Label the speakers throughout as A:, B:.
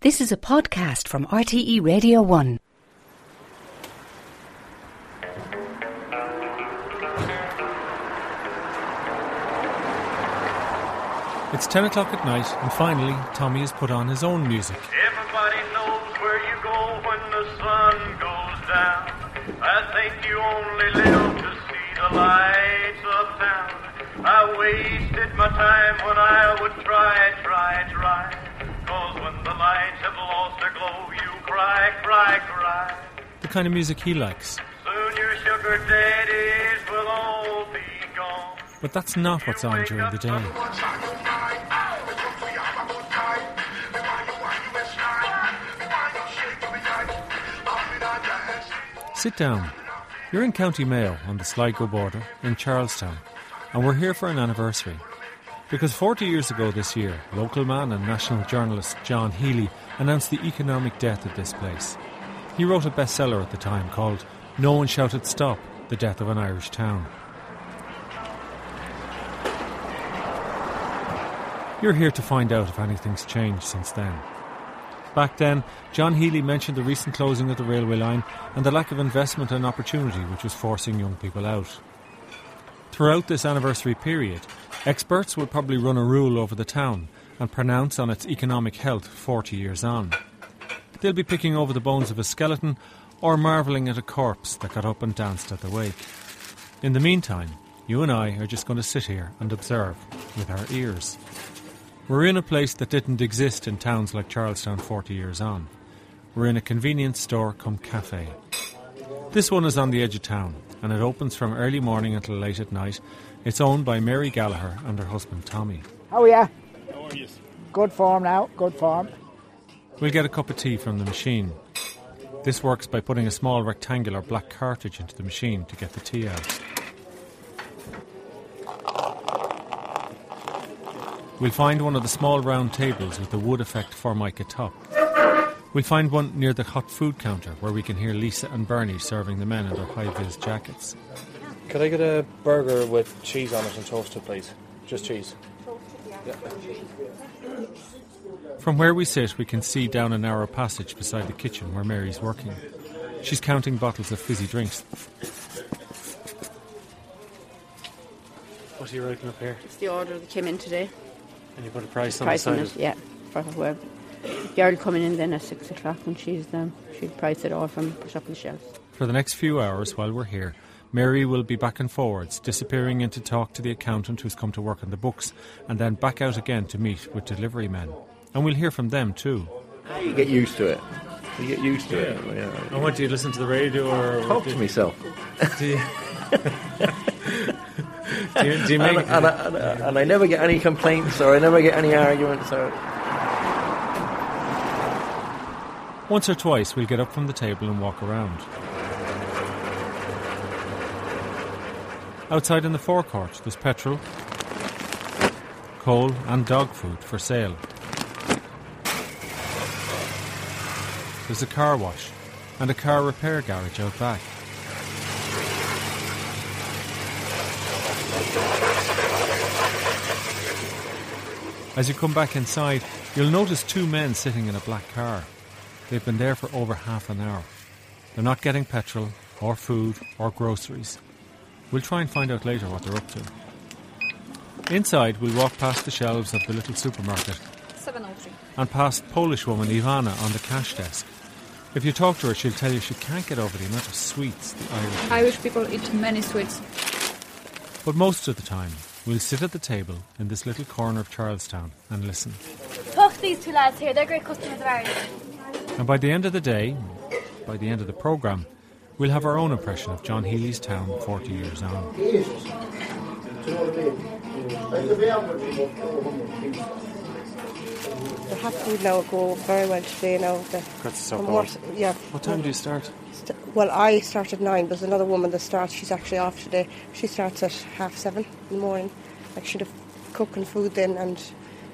A: This is a podcast from RTE Radio 1.
B: It's 10 o'clock at night, and finally, Tommy has put on his own music.
C: Everybody knows where you go when the sun goes down. I think you only live to see the lights of town. I wasted my time when I would try, try, try. Cause when the lights have lost their glow, you cry, cry, cry.
B: The kind of music he likes.
C: Soon your sugar daddies will all be gone.
B: But that's not what's on during the day. Sit down. You're in County Mayo on the Sligo border in Charlestown, and we're here for an anniversary. Because 40 years ago this year, local man and national journalist John Healy announced the economic death of this place. He wrote a bestseller at the time called No One Shouted Stop The Death of an Irish Town. You're here to find out if anything's changed since then. Back then, John Healy mentioned the recent closing of the railway line and the lack of investment and opportunity which was forcing young people out. Throughout this anniversary period, experts will probably run a rule over the town and pronounce on its economic health 40 years on. They'll be picking over the bones of a skeleton or marvelling at a corpse that got up and danced at the wake. In the meantime, you and I are just going to sit here and observe with our ears. We're in a place that didn't exist in towns like Charlestown 40 years on. We're in a convenience store come cafe. This one is on the edge of town and it opens from early morning until late at night. It's owned by Mary Gallagher and her husband Tommy.
D: How are you? How are you? Good form now, good form.
B: We'll get a cup of tea from the machine. This works by putting a small rectangular black cartridge into the machine to get the tea out. We'll find one of the small round tables with the wood effect formica top. We'll find one near the hot food counter where we can hear Lisa and Bernie serving the men in their high vis jackets.
E: Could I get a burger with cheese on it and toasted, please? Just cheese.
B: From where we sit, we can see down a narrow passage beside the kitchen where Mary's working. She's counting bottles of fizzy drinks.
E: What are you writing up here?
F: It's the order that came in today.
E: And you put a price on
F: Price
E: the
F: on
E: side.
F: it, yeah, for whoever. Girl coming in then at six o'clock when she's done. She'd price it all from put up on the shelves.
B: For the next few hours while we're here, Mary will be back and forwards, disappearing in to talk to the accountant who's come to work on the books, and then back out again to meet with delivery men. And we'll hear from them too.
G: You get used to it. You get used to it. yeah.
B: And what do you listen to the radio or
G: Talk to myself.
B: Do you, do you, do you
G: And,
B: make,
G: and, I, and, I, and I never get any complaints or I never get any arguments. Or,
B: once or twice we'll get up from the table and walk around. Outside in the forecourt, there's petrol, coal, and dog food for sale. There's a car wash and a car repair garage out back. As you come back inside, you'll notice two men sitting in a black car. They've been there for over half an hour. They're not getting petrol, or food, or groceries. We'll try and find out later what they're up to. Inside, we walk past the shelves of the little supermarket and past Polish woman Ivana on the cash desk. If you talk to her, she'll tell you she can't get over the amount of sweets the Irish.
H: Irish people eat many sweets.
B: But most of the time, we'll sit at the table in this little corner of Charlestown and listen.
I: Talk to these two lads here. They're great customers of ours.
B: And by the end of the day, by the end of the programme, we'll have our own impression of John Healy's town 40 years on.
J: The hot food now go very well today now. The,
E: Got to stop
J: and
E: the
J: what, yeah.
E: What time do you start?
J: St- well, I start at nine. There's another woman that starts. She's actually off today. She starts at half seven in the morning. Like she'd have cooking food then, and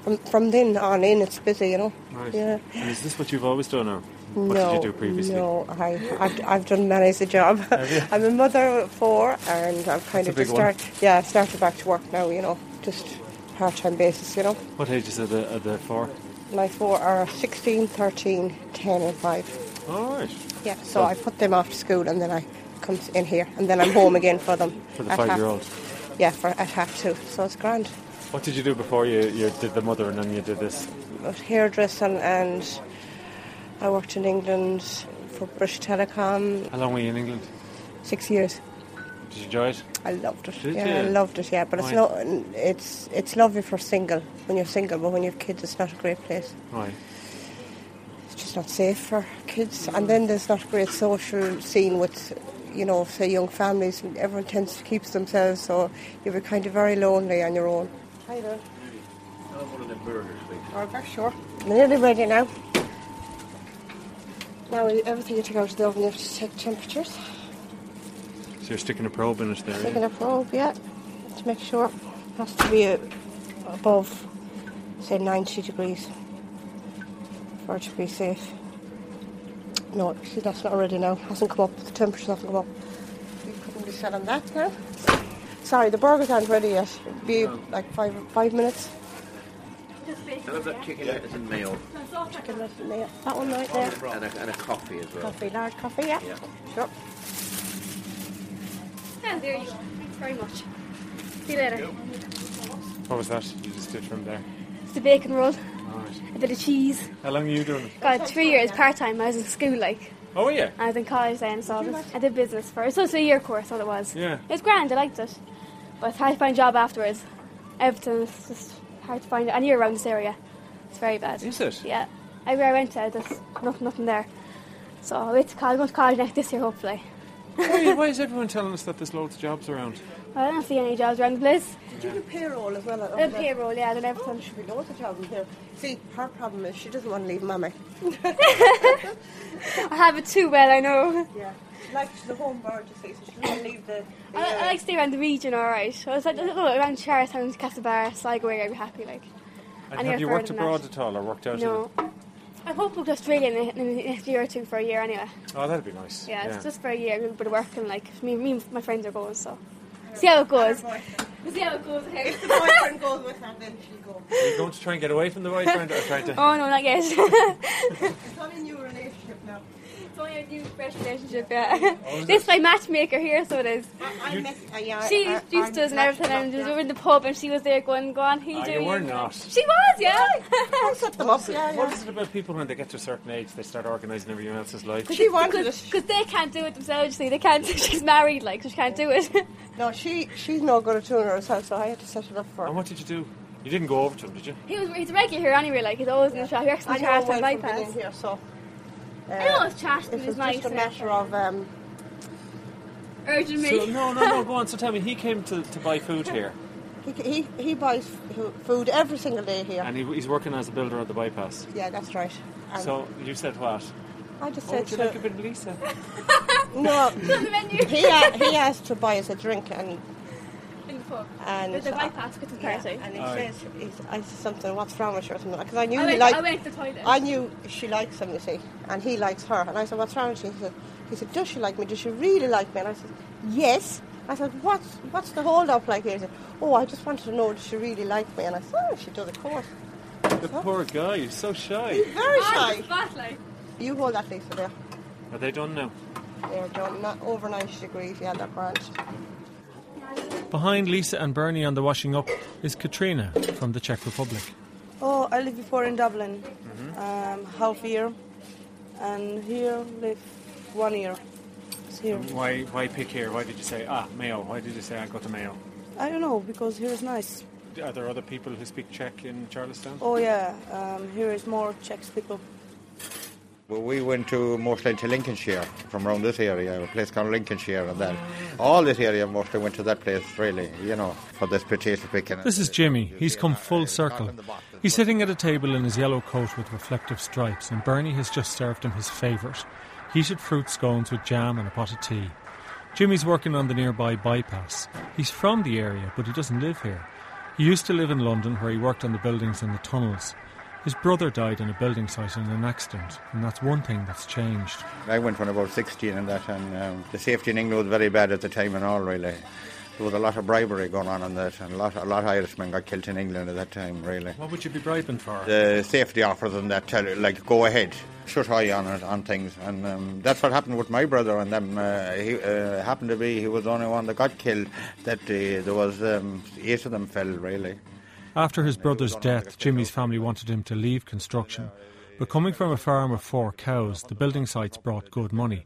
J: from, from then on in, it's busy, you know. Yeah.
E: And is this what you've always done, or what
J: no,
E: did you do previously?
J: No, I, I've, I've done many's a job. I'm a mother of four, and I've kind
E: That's a
J: of
E: big
J: just
E: one.
J: start, yeah, started back to work now, you know, just part time basis, you know.
K: uh,
E: What ages are the, are the four?
J: and I four are 16, 13, 10 and 5.
B: All right.
J: Yeah, so I put them off to school and then I come s- in here and then I'm home again for them.
K: For the
J: at half-
K: five-year-olds.
J: Yeah, for at half two. So it's grand.
K: What did you do before you, you did the mother and then you did this?
J: But hairdressing and I worked in England for British Telecom
K: How long were you in England?
J: six years.
K: Did you enjoy it?
J: I loved it.
K: Did
J: yeah,
K: you?
J: I loved it. Yeah, but it's
K: Right.
J: not. It's it's lovely for single when you're single, but when you have kids, it's not a great place.
K: Right.
J: It's just not safe for kids, and then there's not a great social scene with, you know, say young families. and Everyone tends to keep to themselves, so you're kind of very lonely on your own. Hi there. Or back sure. I'm nearly ready now. Now everything you take out of the oven, you have to take temperatures.
K: So you're sticking a probe in it there. yeah?
J: Taking a probe, yeah, to make sure. Has to be uh, above, say, 90 degrees for it to be safe. No, see, that's not ready now. Hasn't come up. The temperature's haven't come up. We couldn't be set on that now. Sorry, the burgers aren't ready yet. It'll be like five five minutes.
G: chicken letters and mayo
J: Chicken breast in there. That one right there.
G: and a, and a coffee as well.
J: Coffee, large coffee, yeah.
G: Yeah.
J: Sure.
I: And there you go. Thanks very much. See you later.
K: What was that you just did from there?
I: It's the bacon roll,
K: All right.
I: a bit of cheese.
K: How long are you doing it?
I: God, three years part time. I was in school, like,
K: Oh, yeah.
I: I was in college then, so I, was, I did business first. So it's a year course, all it was.
K: Yeah.
I: It was grand, I liked it. But it's hard to find a job afterwards. Everything is just hard to find. And you're around this area. It's very bad.
K: Is it?
I: Yeah. Everywhere I went to, there's nothing, nothing there. So I went to college, going to college next this year, hopefully.
K: why, why is everyone telling us that there's loads of jobs around?
I: I don't see any jobs around the place.
J: Do you do payroll as well?
I: I did payroll, yeah, I did everything.
J: should be loads of jobs in here. See, her problem is she doesn't want to leave mummy.
I: I have it too well, I know.
J: Yeah. Like the home bird, you see, so she doesn't leave the. the
I: I, I like to stay around the region, alright. So it's like, I don't know, around Charlestown, Castlebar, Sligo area, I'd be happy, like.
K: And
I: Anywhere
K: have you
I: further
K: worked
I: than
K: abroad
I: that.
K: at all or worked out
I: No.
K: of
I: I hope we'll go to Australia in, the- in the next year or two for a year anyway.
K: it? Oh, that'd be nice.
I: Yeah, it's just for a year, a little bit of work and like me, me and my friends are going, so see how it goes. We'll see how it goes. Okay.
J: the boyfriend goes with her, then she goes.
K: Are you going to try and get away from the boyfriend or try to...
I: Oh no, not yet. it's
J: It's not a new relationship now.
I: only a new fresh relationship. Yeah.
K: Oh,
I: this is my matchmaker here, so it is.
J: I, I met, uh, yeah,
I: She
J: I- I-
I: used to us and
J: I'm
I: everything, and we
J: matched
I: were in the pub, and she was there going, "Go on, who
K: Ah,
I: you
K: you
I: doing?"
K: were not.
I: She was, yeah.
J: up, yeah. Set them up, yeah, yeah.
K: What is it about people when they get to a certain age, they start organising everyone else's life?
J: She wanted it.
I: Because they can't do it themselves. See, they can't. She's married, like so she can't do it.
J: No, she she's not good at doing it herself, so I had to set it up for
K: And
J: her.
K: what did you do? You didn't go over to him, did you?
I: He was he's a regular here anyway, like he's always in the shop. He works in
J: I
I: the
J: know
I: shop
J: well
I: on my
J: from being
I: pass.
J: here, so. Uh,
I: I know it's trash,
J: It
I: but
J: was
I: it's nice.
J: just a
I: and
J: matter of um,
I: urging me.
K: So, no, no, no, go on. So tell me, he came to, to buy food here
J: he, he he buys f- food every single day here.
K: and he, he's working as a builder at the bypass.
J: yeah, that's right. And
K: So you said what?
J: I just
K: Oh,
J: said
K: would you
J: to-
K: like a bit of Lisa?
J: no.
I: on the menu.
J: he a- he asked to buy us a drink and
I: in the pub.
J: and
I: With the
J: so-
I: white basket of
J: Yeah,
I: party.
J: and he
K: Aye.
J: says, he's, I said something, what's wrong with you? Because I knew
I: I
J: he
I: went,
J: liked,
I: I went to the toilet.
J: I knew she likes him, you see, and he likes her. And I said, what's wrong with you? He said, he said does she like me? Does she really like me? And I said, yes. I said, what's, what's the hold up like here? He said, oh, I just wanted to know, does she really like me? And I said, oh, she does, of course.
K: the poor guy, he's so shy.
J: Very
I: On
J: shy.
I: the spot, like.
J: You hold that, Lisa, there.
K: Are they done now?
J: There, John, not over 90 degrees, yeah, that branch.
B: Behind Lisa and Bernie on the washing up is Katrina from the Czech Republic.
L: Oh, I lived before in Dublin, um, half year, and here live one year. It's here.
K: Why, why pick here? Why did you say ah Mayo? Why did you say I go to Mayo?
L: I don't know because here is nice.
K: Are there other people who speak Czech in Charlestown?
L: Oh yeah, um, here is more Czech people.
M: Well, we went to mostly to Lincolnshire from around this area, a place called Lincolnshire, and that. All this area mostly went to that place, really, you know, for this potato picking.
B: This is Jimmy. He's come full circle. He's sitting at a table in his yellow coat with reflective stripes, and Bernie has just served him his favourite heated fruit scones with jam and a pot of tea. Jimmy's working on the nearby bypass. He's from the area, but he doesn't live here. He used to live in London, where he worked on the buildings and the tunnels. His brother died on a building site in an accident, and that's one thing that's changed.
M: I went when I was 16 and that, and um, the safety in England was very bad at the time and all, really. there was a lot of bribery going on in that, and a lot, a lot of Irishmen got killed in England at that time, really.
B: What would you be bribing for?
M: The safety offers and that tell you, like, go ahead, shut eye on it, on things. And um, that's what happened with my brother and them. Uh, he uh, happened to be, he was the only one that got killed that day. There was um, eight of them fell, really.
B: After his brother's death, Jimmy's family wanted him to leave construction. But coming from a farm of four cows, the building sites brought good money,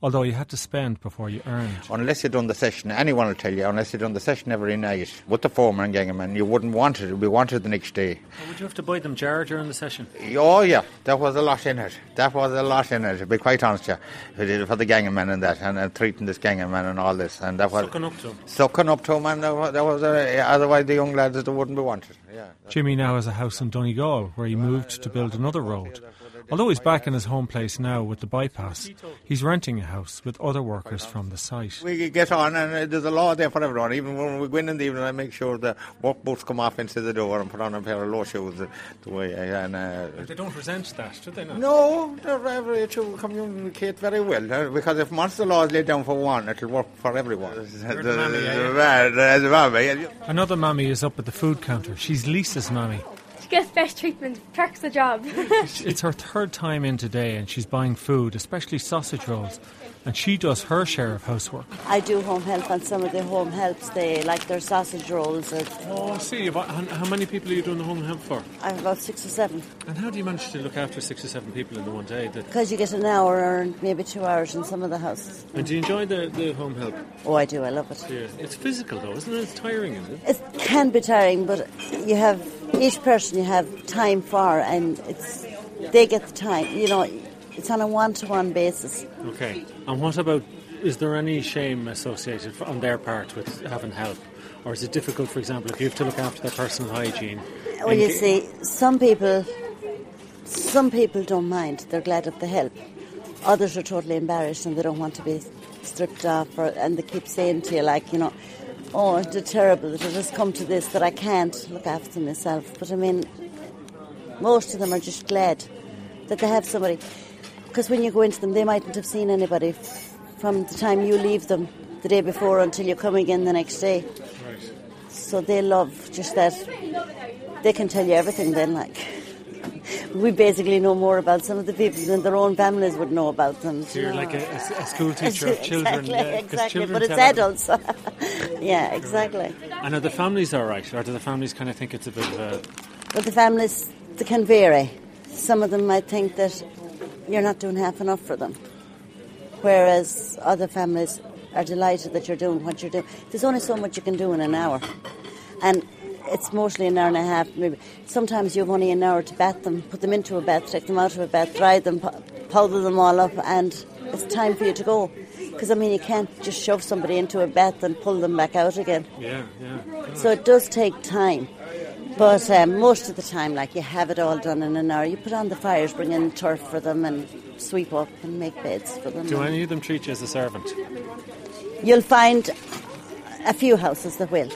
B: although you had to spend before you earned.
M: Unless you'd done the session, anyone will tell you, unless you'd done the session every night with the foreman and gangman, you wouldn't want it. You'd be wanted the next day.
B: Well, would you have to buy them jar during the session?
M: Oh, yeah, there was a lot in it. That was a lot in it, to be quite honest, yeah. We did it for the gangman and that, and, and treating this gangman and all this. and that was
B: Sucking up to 'em.
M: Sucking up to him, and there was, there was a, otherwise the young lads, they wouldn't be wanted, yeah.
B: Jimmy now has a house in Donegal where he moved to build another road. Although he's back in his home place now with the bypass, he's renting a house with other workers from the site.
M: We get on, and uh, there's a law there for everyone. Even when we go in in the evening, I make sure the work boots come off into the door and put on a pair of low shoes. uh, The way I, and uh,
B: They don't resent that, do they not?
M: no, they're very to communicate very well uh, because if once the law is laid down for one, it'll work for everyone.
B: You're the mammy, eh?
M: The- the mammy, yeah.
B: Another mammy is up at the food counter. She's Lisa's mammy.
I: She gets best treatment, perks the job.
B: It's her third time in today and she's buying food, especially sausage rolls, and she does her share of housework.
N: I do home help, and some of the home helps they like their sausage rolls. And
B: Oh, I see. About, how, how many people are you doing the home help for?
N: I have about six or seven
B: And how do you manage to look after six or seven people in the one day? That,
N: because you get an hour or maybe two hours in some of the houses.
B: and do you enjoy the, the home help?
N: Oh, I do. I love it.
B: Yeah. It's physical though, isn't it? It's tiring, isn't it?
N: It can be tiring, but you have each person you have time for, and it's they get the time. You know, it's on a one-to-one basis.
B: Okay. And what about? Is there any shame associated f on their part with having help, or is it difficult, for example, if you have to look after their personal hygiene?
N: Well, you
B: Engage-
N: see, some people, some people don't mind. They're glad of the help. Others are totally embarrassed and they don't want to be stripped off, or, and they keep saying to you, like, you know, oh, it's terrible that it has come to this that I can't look after myself. But I mean, most of them are just glad that they have somebody, because when you go into them, they mightn't have seen anybody f- from the time you leave them the day before until you come again the next day.
B: Right.
N: So they love just that. They can tell you everything then, like. We basically know more about some of the people than their own families would know about them.
B: So you're
N: you know.
B: like a, a- a school teacher of children,
N: Exactly,
B: yeah, 'cause
N: exactly.
B: children
N: But it's
B: tell everything.
N: adults. yeah, exactly.
B: And are the families all right, or do the families kind of think it's a bit of a
N: But the families, they can vary. Some of them might think that you're not doing half enough for them, whereas other families are delighted that you're doing what you're doing. There's only so much you can do in an hour, and it's mostly an hour and a half. Maybe sometimes you have only an hour to bath them, put them into a bath, take them out of a bath, dry them, pow- powder them all up, and it's time for you to go. Because I mean, you can't just shove somebody into a bath and pull them back out again.
B: yeah, yeah?
N: So it does take time. But um, most of the time, like you have it all done in an hour. You put on the fires, bring in turf for them, and sweep up and make beds for them.
B: Do
N: And
B: any of them treat you as a servant?
N: You'll find a few houses that will.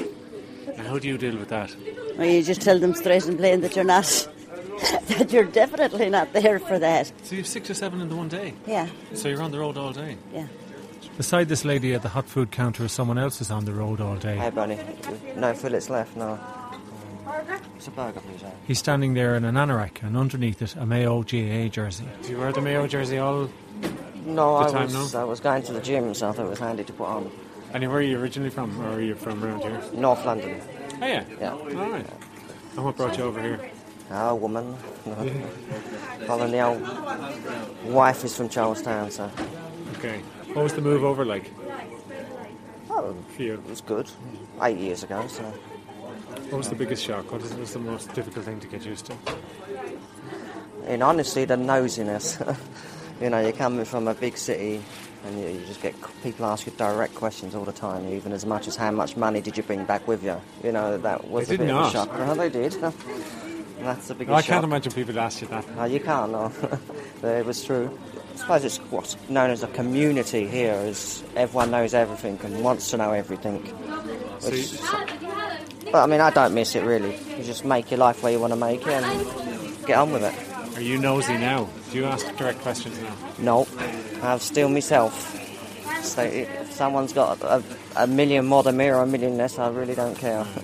B: And how do you deal with that?
N: Or you just tell them straight and plain that you're not, that you're definitely not there for that.
B: So you have six or seven in the one day.
N: Yeah.
B: So you're on the road all day.
N: Yeah.
B: Beside this lady at the hot food counter, someone else is on the road all
G: Hi,
B: day.
G: Bonnie. No fillets left now. It's a burger, please. eh?
B: He's standing there in an anorak, and underneath it, a Mayo GAA jersey. Do you wear the Mayo jersey all?
G: No,
B: The
G: I
B: time
G: was I was going to the gym, so I thought it was handy to put on.
B: And where are you originally from, or are you from around here?
G: North London.
B: Oh, yeah.
G: Yeah.
B: All right. And what brought you over here?
G: Ah, woman. Following the old wife is from Charlestown, so
B: Okay. What was the move over like?
G: Oh,
B: for you.
G: it was good. Eight years ago, so
B: What was the biggest shock? What was- was the most difficult thing to get used to?
G: in honestly, the nosiness. you know, you're coming from a big city, and you, you just get c- people ask you direct questions all the time, even as much as how much money did you bring back with you. You know, that was
B: They
G: a bit
B: didn't
G: of
B: ask.
G: a shock. Well, they did. That's the biggest
B: I
G: shock.
B: can't imagine people ask you that.
G: No, you can't. No, it was true. I suppose it's what's known as a community here, is everyone knows everything and wants to know everything.
B: So
G: which
B: you-
G: sucks. but I mean, I don't miss it really. You just make your life where you want to make it and get on with it.
B: Are you nosy now? Do you ask direct questions now?
G: Nope, I'm still myself. So if someone's got a, a million more than me or a million less, I really don't care.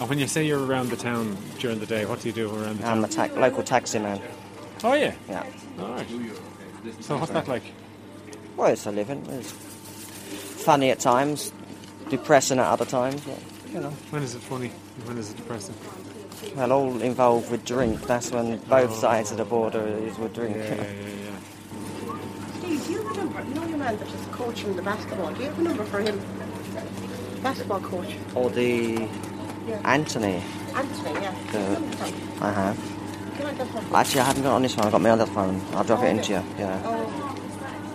B: And when you say you're around the town during the day, what do you do around the
G: I'm a
B: town?
G: ta- local taxi man.
B: Oh yeah.
G: Yeah.
B: All right. So what's that like?
G: Well, it's a living. It's funny at times, depressing at other times. But, you know.
B: When is it funny? and When is it depressing?
G: Well, all involved with drink. That's when both sides of the border is with drink.
B: Oh. Yeah, yeah, yeah,
J: Steve, do you have a number? No, your man that's coaching the basketball. Do you have a number for him? Basketball coach,
G: Or the Anthony.
J: Anthony. Yeah.
G: The, I have.
J: Can I get one?
G: Actually, I haven't got on this one. I've got my other phone. I'll drop it into you. Yeah.
J: Oh,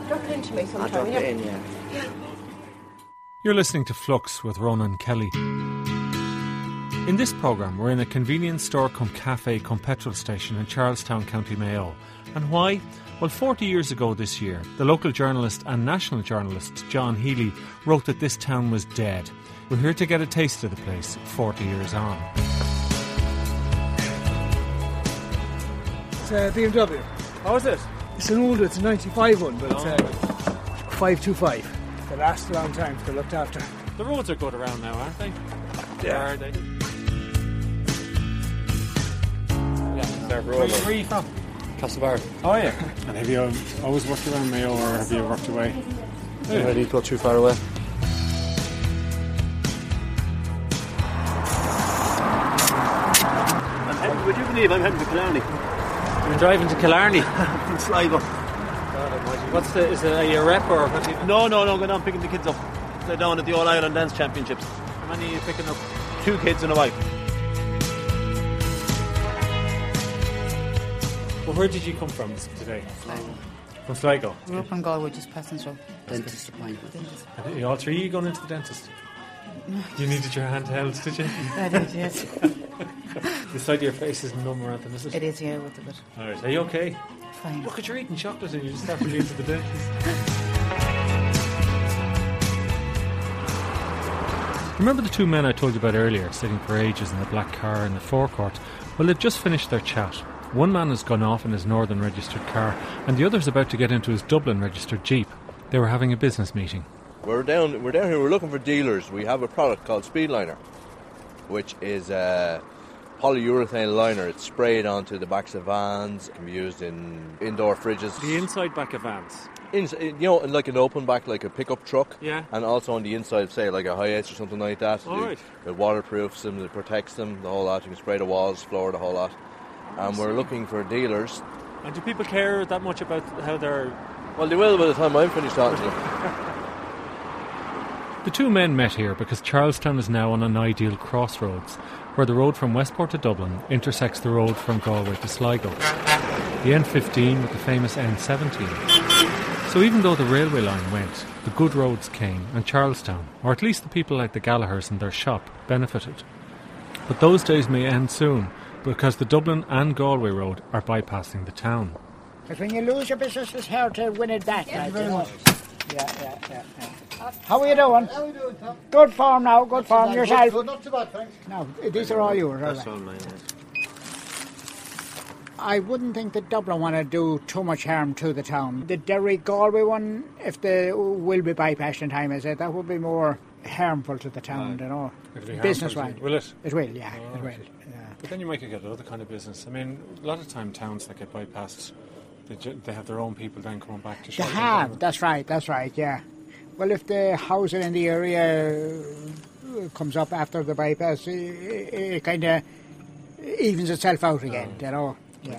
J: drop it into me sometime.
G: I'll drop
J: yeah.
G: it in, yeah.
B: You're listening to Flux with Ronan Kelly. In this programme, we're in a convenience store cum cafe cum petrol station in Charlestown, County Mayo. And why? Well, 40 years ago this year, the local journalist and national journalist John Healy wrote that this town was dead. We're here to get a taste of the place 40 years on.
D: It's a BMW.
K: How is it?
D: It's an older, it's a 95 one, but it's a 525. They last a long time if they're looked after.
K: The roads are good around now, aren't they?
D: Yeah.
K: Are they?
E: They're
K: Where, where are you from?
E: Castlebar.
K: Oh yeah. And have you um, always worked around Mayo, or have you worked away?
E: Yeah. Already got too far away.
O: I'm heading, would you believe I'm heading to Killarney?
K: You're driving to Killarney.
O: From Sligo.
K: What's the? Is it are you a rep or what? do you-
O: No, no, no, I'm going down picking the kids up. They're down at the All Ireland Dance Championships.
K: How many are you picking up?
O: Two kids and a wife.
K: Well, where did you come from today? From Sligo.
P: We're up on Galway, just passing through.
K: Dentist
P: appointment. Dentist.
B: Are you all three you going into the dentist? You needed your handheld, did you?
P: I did, yes.
B: the side of your face is numb or anything, is it?
P: It is, yeah, with a bit.
B: All right, are you okay?
P: Fine.
B: Look at you're eating chocolate and you just have to leave to the dentist. Remember the two men I told you about earlier, sitting for ages in the black car in the forecourt? Well, they've just finished their chat. One man has gone off in his Northern registered car, and the other's about to get into his Dublin registered Jeep. They were having a business meeting.
Q: We're down. We're down here. We're looking for dealers. We have a product called Speedliner, which is a polyurethane liner. It's sprayed onto the backs of vans. It can be used in indoor fridges.
K: The inside back of vans.
Q: In, you know, in like an open back, like a pickup truck.
K: Yeah.
Q: And also on the inside, say like a high or something like that.
K: All
Q: It-
K: right.
Q: It waterproofs them. It protects them. The whole lot. You can spray the walls, floor, the whole lot. And we're
K: see.
Q: looking for dealers.
K: And do people care that much about how they're?
Q: Well, they will by the time I'm finished talking to them.
B: The two men met here because Charlestown is now on an ideal crossroads, where the road from Westport to Dublin intersects the road from Galway to Sligo, the N15 with the famous N17. So even though the railway line went, the good roads came, and Charlestown, or at least the people like the Gallaghers and their shop, benefited. But those days may end soon, because the Dublin and Galway road are bypassing the town.
D: Because when you lose your business, it's hard to win it back. like, you know. Yeah, yeah, yeah, yeah. How are you doing? How are you doing, Tom? Good form now, good form yourself.
R: not too bad, thanks.
D: No, these are all yours, are
O: That's
D: they?
O: all mine.
D: I wouldn't think the Dublin want to do too much harm to the town. The Derry Galway one, if they will be bypassed in time, I said that would be more harmful to the town, you know. Business wise.
B: Will it?
D: It will, yeah, it will.
B: But then you might get other kind of business. I mean, a lot of time towns that get bypassed, they, ju- they have their own people then coming back to.
D: They
B: shop and
D: have,
B: whatever.
D: that's right, that's right, yeah. Well, if the housing in the area uh, comes up after the bypass, it, it kind of evens itself out again,
E: Oh.
D: you know. Yeah.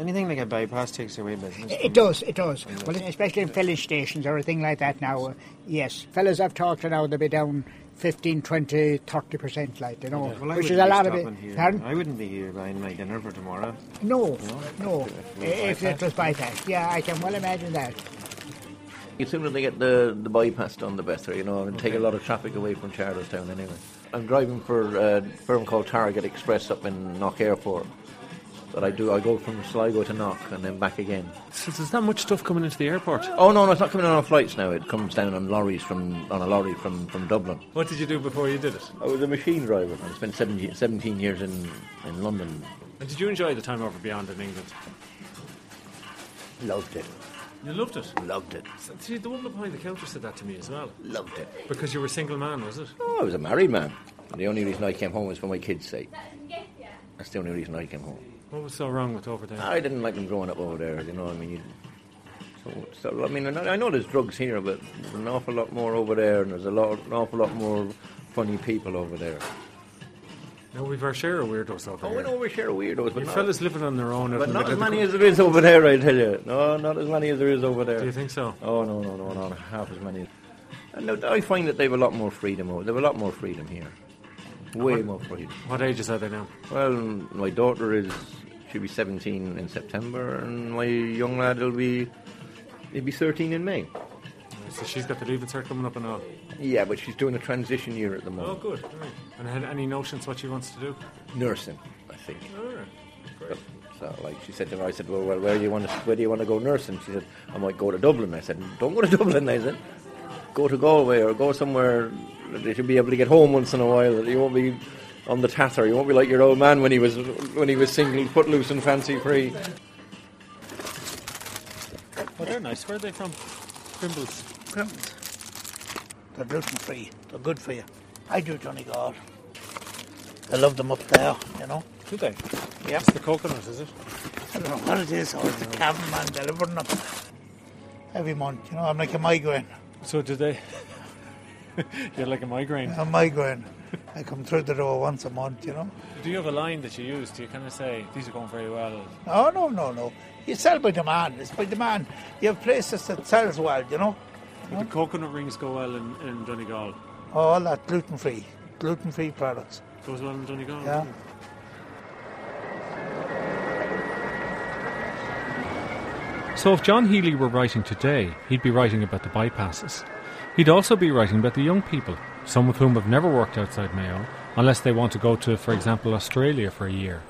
E: Anything like a bypass takes away business.
D: It does, it does. Well, especially in filling stations or anything like that now. Uh, yes, fellas I've talked to now, they'll be down 15, 20, 30% like, you know,
E: Yeah, well, I wouldn't
D: which is a
E: be
D: lot of it.
E: stopping here.
D: Pardon?
E: I wouldn't be here buying my dinner for tomorrow.
D: No, no,
E: we
D: if it
E: bypass
D: was bypassed. Yeah, I can well imagine that.
R: As soon as they get the, the bypass done, the better, you know, and take a lot of traffic away from Charlestown anyway. I'm driving for uh, a firm called Target Express up in Knock Airport. But I do, I go from Sligo to Knock and then back again.
B: So there's not much stuff coming into the airport.
R: Oh no, no, it's not coming on flights now. It comes down on lorries from on a lorry from, from Dublin.
B: What did you do before you did it?
R: I was a machine driver. I spent 17, 17 years in, in London.
B: And did you enjoy the time over beyond in England?
R: Loved it.
B: You loved it?
R: Loved it.
B: See, the woman behind the counter said that to me as well.
R: Loved it.
B: Because you were a single man, was it?
R: Oh, I was a married man. The only reason I came home was for my kids' sake. That's the only reason I came home.
B: What was so wrong with over there?
R: I didn't like them growing up over there. You know, I mean, you, so, so I mean, and I I know there's drugs here, but there's an awful lot more over there, and there's a lot, an awful lot more funny people over there.
B: No, we've our share of weirdos over
R: Oh,
B: here.
R: we know we share weirdos, but
B: You
R: not-
B: fellas living on their own. out
R: But
B: in the
R: not
B: middle
R: as
B: of the
R: many
B: coun-
R: as there is over there, I tell you. No, not as many as there is over there.
B: Do you think so?
R: Oh no, no, no, not half as many. And no, I find that they have a lot more freedom. over- They have a lot more freedom here. Way
B: What-
R: more freedom.
B: What ages are they now?
R: Well, my daughter is she'll be 17 in September, and my young lad will be he'll be 13 in May.
B: So she's got the leaving cert coming up and all.
R: Yeah, but she's doing a transition year at the
B: Oh,
R: moment.
B: good. All right. And had any notions what she wants to do?
R: Nursing, I think.
B: All right.
R: But- So, like she said to me, I said, "Well, well where do you want to where do you want to go nursing?" She said, "I might go to Dublin." I said, "Don't go to Dublin." I said, "Go to Galway or go somewhere that you should be able to get home once in a while. That you won't be on the tatter. You won't be like your old man when he was when he was single, footloose, and fancy free."
B: Oh, they're nice. Where are they from? Crimbles.
S: Crimped. They're gluten free. They're good for you. I do Donegal. I love them up there, you know.
B: Do they?
S: Yeah.
B: It's the coconut, is it?
S: I don't know what it is. Oh, I was a cameraman delivering them every month. You know, I'm like a migraine.
B: So do they? You're like a migraine.
S: A migraine. I come through the door once a month, you know.
B: Do you have a line that you use? Do you kind of say, these are going very well?
S: No, Oh, no, no, no. You sell by demand. It's by demand. You have places that sells well, you know.
B: Would the coconut rings go well in, in Donegal?
S: All that gluten free, gluten free products.
B: Goes well in Donegal?
S: Yeah.
B: So if John Healy were writing today, he'd be writing about the bypasses. He'd also be writing about the young people, some of whom have never worked outside Mayo, unless they want to go to, for example, Australia for a year.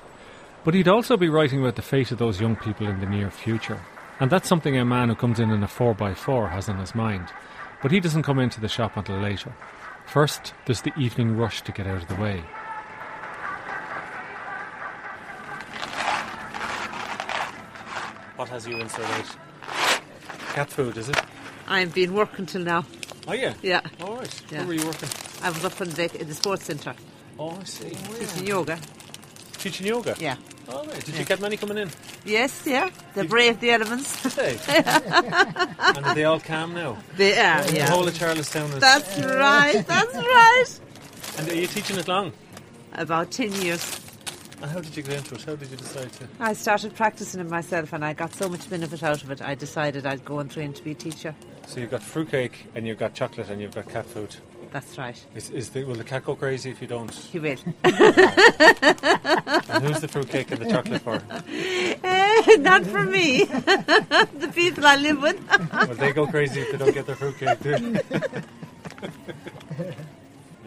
B: But he'd also be writing about the fate of those young people in the near future. And that's something a man who comes in in a 4x4 has on his mind. But he doesn't come into the shop until later. First, there's the evening rush to get out of the way. What has you in so late? Cat food, is it?
T: I've been working till now.
B: Oh, yeah?
T: Yeah.
B: All right.
T: Yeah.
B: Where were you working?
T: I was up in the, in the sports centre.
B: Oh, I see.
T: Teaching yoga.
B: Teaching yoga?
T: Yeah.
B: All right. Did
T: Yeah.
B: you get many coming in?
T: Yes, yeah. They brave the elements.
B: and are they all calm now?
T: They are,
B: The
T: yeah.
B: whole of Charlestown is...
T: That's right. That's right.
B: And are you teaching it long?
T: About ten years.
B: And how did you get into it? How did you decide to?
T: I started practicing it myself, and I got so much benefit out of it. I decided I'd go and train to be a teacher.
B: So you've got fruitcake and you've got chocolate and you've got cat food.
T: That's right.
B: Is, is the, will the cat go crazy if you don't?
T: He will.
B: And who's the fruitcake and the chocolate for?
T: Eh, not for me. the people I live with.
B: Will they go crazy if they don't get their fruitcake too? You're not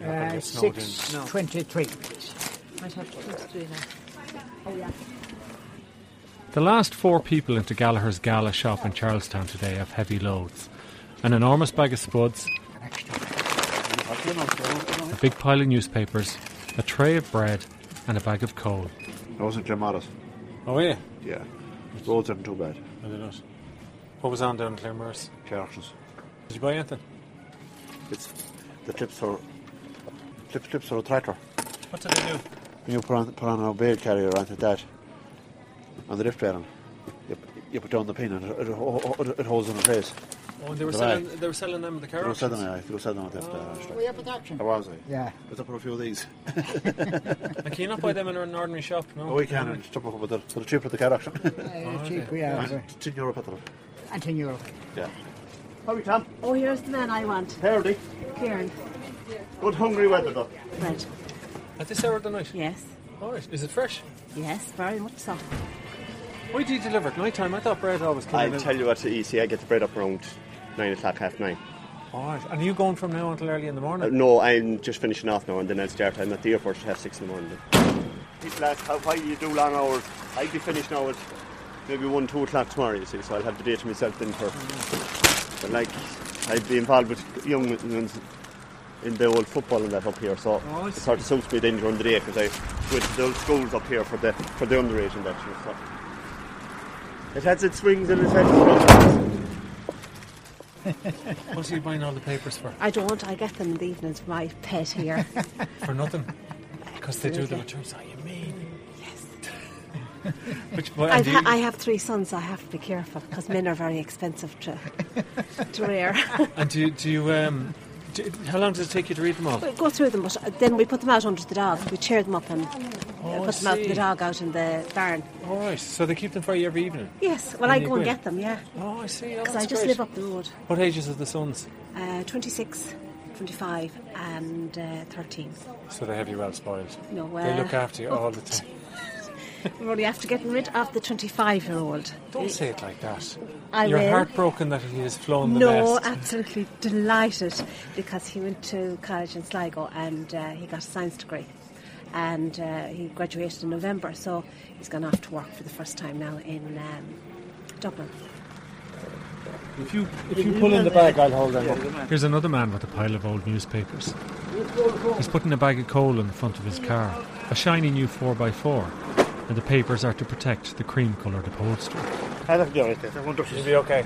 B: gonna
D: Uh,
B: get snowed in.
D: six
T: No.
D: twenty-three, please.
T: Might have to close to you now. Oh yeah.
B: The last four people into Gallagher's Gala shop in Charlestown today have heavy loads. An enormous bag of spuds, a big pile of newspapers, a tray of bread, and a bag of coal.
U: I was in Clematis.
B: Oh, yeah?
U: Yeah. Roads aren't too bad.
B: I don't know. What was on down in Claremorris?
U: Churches.
B: Did you buy anything?
U: It's the clips are clip clips are a tractor.
B: What did they do?
U: You put on put on a bale carrier onto that. On the lift rail. You, you put down the pin and it, it, ho- ho- it, it holds in the place.
B: Oh, and they were
U: Right.
B: selling. They were selling them at the
U: They
B: car.
U: were selling
B: auctions.
U: it, they were selling it after that, actually.
D: Were you up at the auction?
U: I Oh, was I?
D: Oh, Yeah.
U: Was up for a few of these.
B: Oh, And can you not buy them in an ordinary shop? No.
U: Oh, we can and stop up with the for the cheap at the car auction.
D: cheap, yeah.
U: And Ten euro per ton.
D: And ten euro.
U: Yeah.
V: Hurry, Tom. Oh, here's the man I want. Hardy. Kieran.
U: Good hungry weather though.
V: Right.
B: At this hour of the night.
V: Yes.
B: All right. Is it fresh?
V: Yes, very much so.
B: Why do you deliver at night time? I thought bread always came
W: I
B: in. at-
W: tell you what to eat. See, I get the bread up around nine o'clock, half nine.
B: All right. And are you going from now until early in the
W: Uh,
B: morning?
W: no, I'm just finishing off now, and then I'll start. I'm at the airport at half six in the morning. People ask how why you do long hours. I'll be finished now at maybe one, two o'clock tomorrow. You see, so I'll have the day to myself then for. But like, I'd be involved with young ones in the old football and that up here, so
B: Oh, I
W: it sort of suits me then during the day because I go to the old schools up here for the for the underage and that. You know, so. It has its swings and it has its.
B: What are you buying all the papers for?
A: I don't. I get them in the evenings. for My pet here.
B: For nothing? Because they do the
A: Absolutely.
B: returns. Oh, you mean?
A: Yes.
B: Which, well,
A: I've
B: and
A: ha-
B: you-
A: I have three sons. I have to be careful because men are very expensive to to rear.
B: And do you, do you um, do, how long does it take you to read them all?
A: we go through them, but uh, then we put them out under the dog. We cheer them up and uh,
B: Oh, I
A: put them out
B: see.
A: the dog out in the barn.
B: All right, so they keep them for you every evening.
A: Yes. Well, I
B: you
A: go and
B: go in?
A: get them. Yeah.
B: Oh, I see.
A: Because
B: that's
A: I just
B: great.
A: live up the road.
B: What ages are the sons?
A: Uh, 26, 25, and uh, 13.
B: So they have you well spoiled.
A: No, uh,
B: they
A: well-
B: look after you all the time.
A: We're only after getting rid of the 25 year old.
B: Don't say it like that.
A: I
B: You're
A: will.
B: heartbroken that he has flown the
A: No,
B: nest.
A: absolutely delighted because he went to college in Sligo and uh, he got a science degree. And uh, he graduated in November, so he's gone off to work for the first time now in um, Dublin.
B: If you
A: if you pull in the bag, I'll hold them
B: up. Here's another man with a pile of old newspapers. He's putting a bag of coal in the front of his car, a shiny new 4x4, and the papers are to protect the cream coloured upholstery.
C: I have to be alright. I wonder if
B: You'll be okay.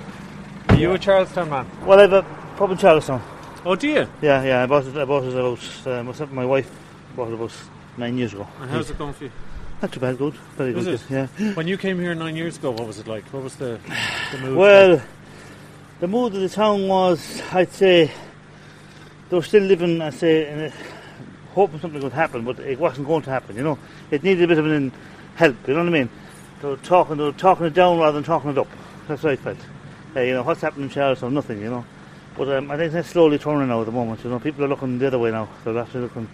B: Are you a Charlestown man?
C: Well, I have a pub in Charlestown.
B: Oh, do you?
C: Yeah, yeah. I bought it. I bought it about. Uh, myself, and my wife bought it about nine years ago.
B: And how's it going for you?
C: Not too bad. Good. Very
B: Is
C: good.
B: it?
C: Yeah.
B: When you came here nine years ago, what was it like? What was the, the mood?
C: Well, the mood of the town was, I'd say, they were still living, I'd say, in a, hoping something would happen, but it wasn't going to happen, you know. It needed a bit of an in- help, you know what I mean? They were talking, they were talking it down rather than talking it up. That's how I felt. Uh, you know, what's happening in Charlestown? Nothing, you know. But um, I think that's slowly turning now at the moment, you know. People are looking the other way now. They're actually looking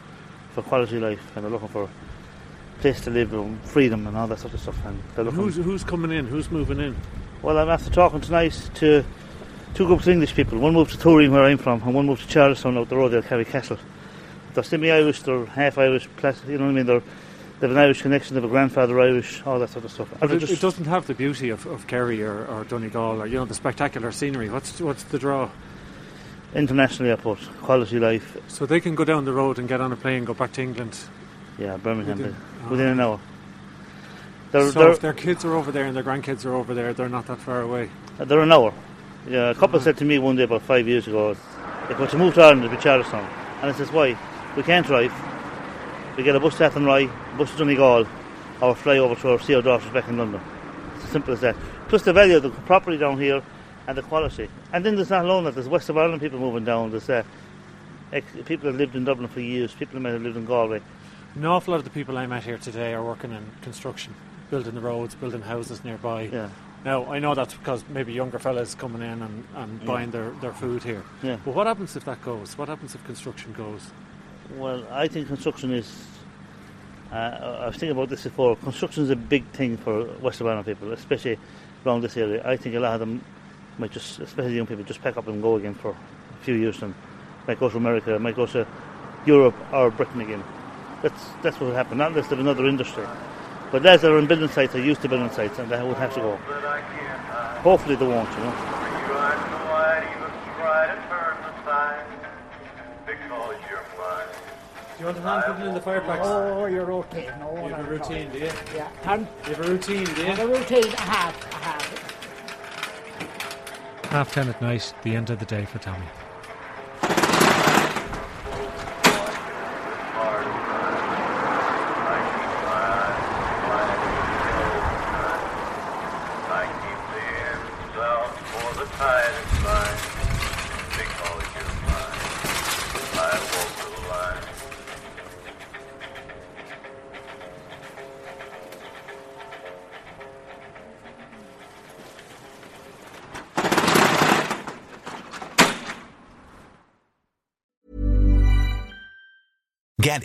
C: for quality life and they're looking for place to live and freedom and all that sort of stuff. And they're looking
B: who's, who's coming in? Who's moving in?
C: well, I'm after talking tonight to two groups of English people. One moved to Turin, where I'm from, and one moved to Charlestown out the road there, Kerry Castle. They're semi-Irish, they're half Irish, plus- you know what I mean? They're, they have an Irish connection, they have a grandfather Irish, all that sort of stuff.
B: But
C: They're
B: it,
C: just-
B: it doesn't have the beauty of, of Kerry or, or Donegal or you know the spectacular scenery. What's what's the draw?
C: international airport, quality life.
B: So they can go down the road and get on a plane, go back to England.
C: Yeah, Birmingham,
B: Within- Ah.
C: within, within an hour. They're,
B: so
C: they're,
B: if their kids are over there and their grandkids are over there, they're not that far away.
C: Uh, they're an hour. Yeah, a couple said to me one day about five years ago, if we're to move to Ireland, it'd be Charlestown. And I says, why? We can't drive. We get a bus to Athenry, bus to Donegal, or fly over to our CO daughters back in London. It's as simple as that. Plus the value of the property down here and the quality. And then there's not alone that there's West of Ireland people moving down. There's uh, ex- people that lived in Dublin for years, people that might have lived in Galway.
B: An awful lot of the people I met here today are working in construction, building the roads, building houses nearby.
C: Yeah.
B: Now I know that's because maybe younger fellas coming in and, and
C: Yeah.
B: buying their, their food here.
C: Yeah.
B: But what happens if that goes? What happens if construction goes?
C: Well, I think construction is. Uh, I was thinking about this before. Construction is a big thing for West of Ireland people, especially around this area. I think a lot of them might just, especially young people, just pack up and go again for a few years and might go to America, might go to Europe or Britain again. That's that's what will happen, not unless there's another industry. But lads that are in building sites are used to building sites and they will have to go. Hopefully they won't, you know.
B: Do you want a hand putting in the fireplace?
D: Oh, you're okay. No,
B: You have a routine, do you?
D: Yeah. Pardon?
B: You have a routine, do you?
D: I have a routine. I have. I have.
B: Half ten at night, the end of the day for Tommy.
F: Get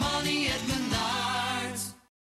X: money at Menards.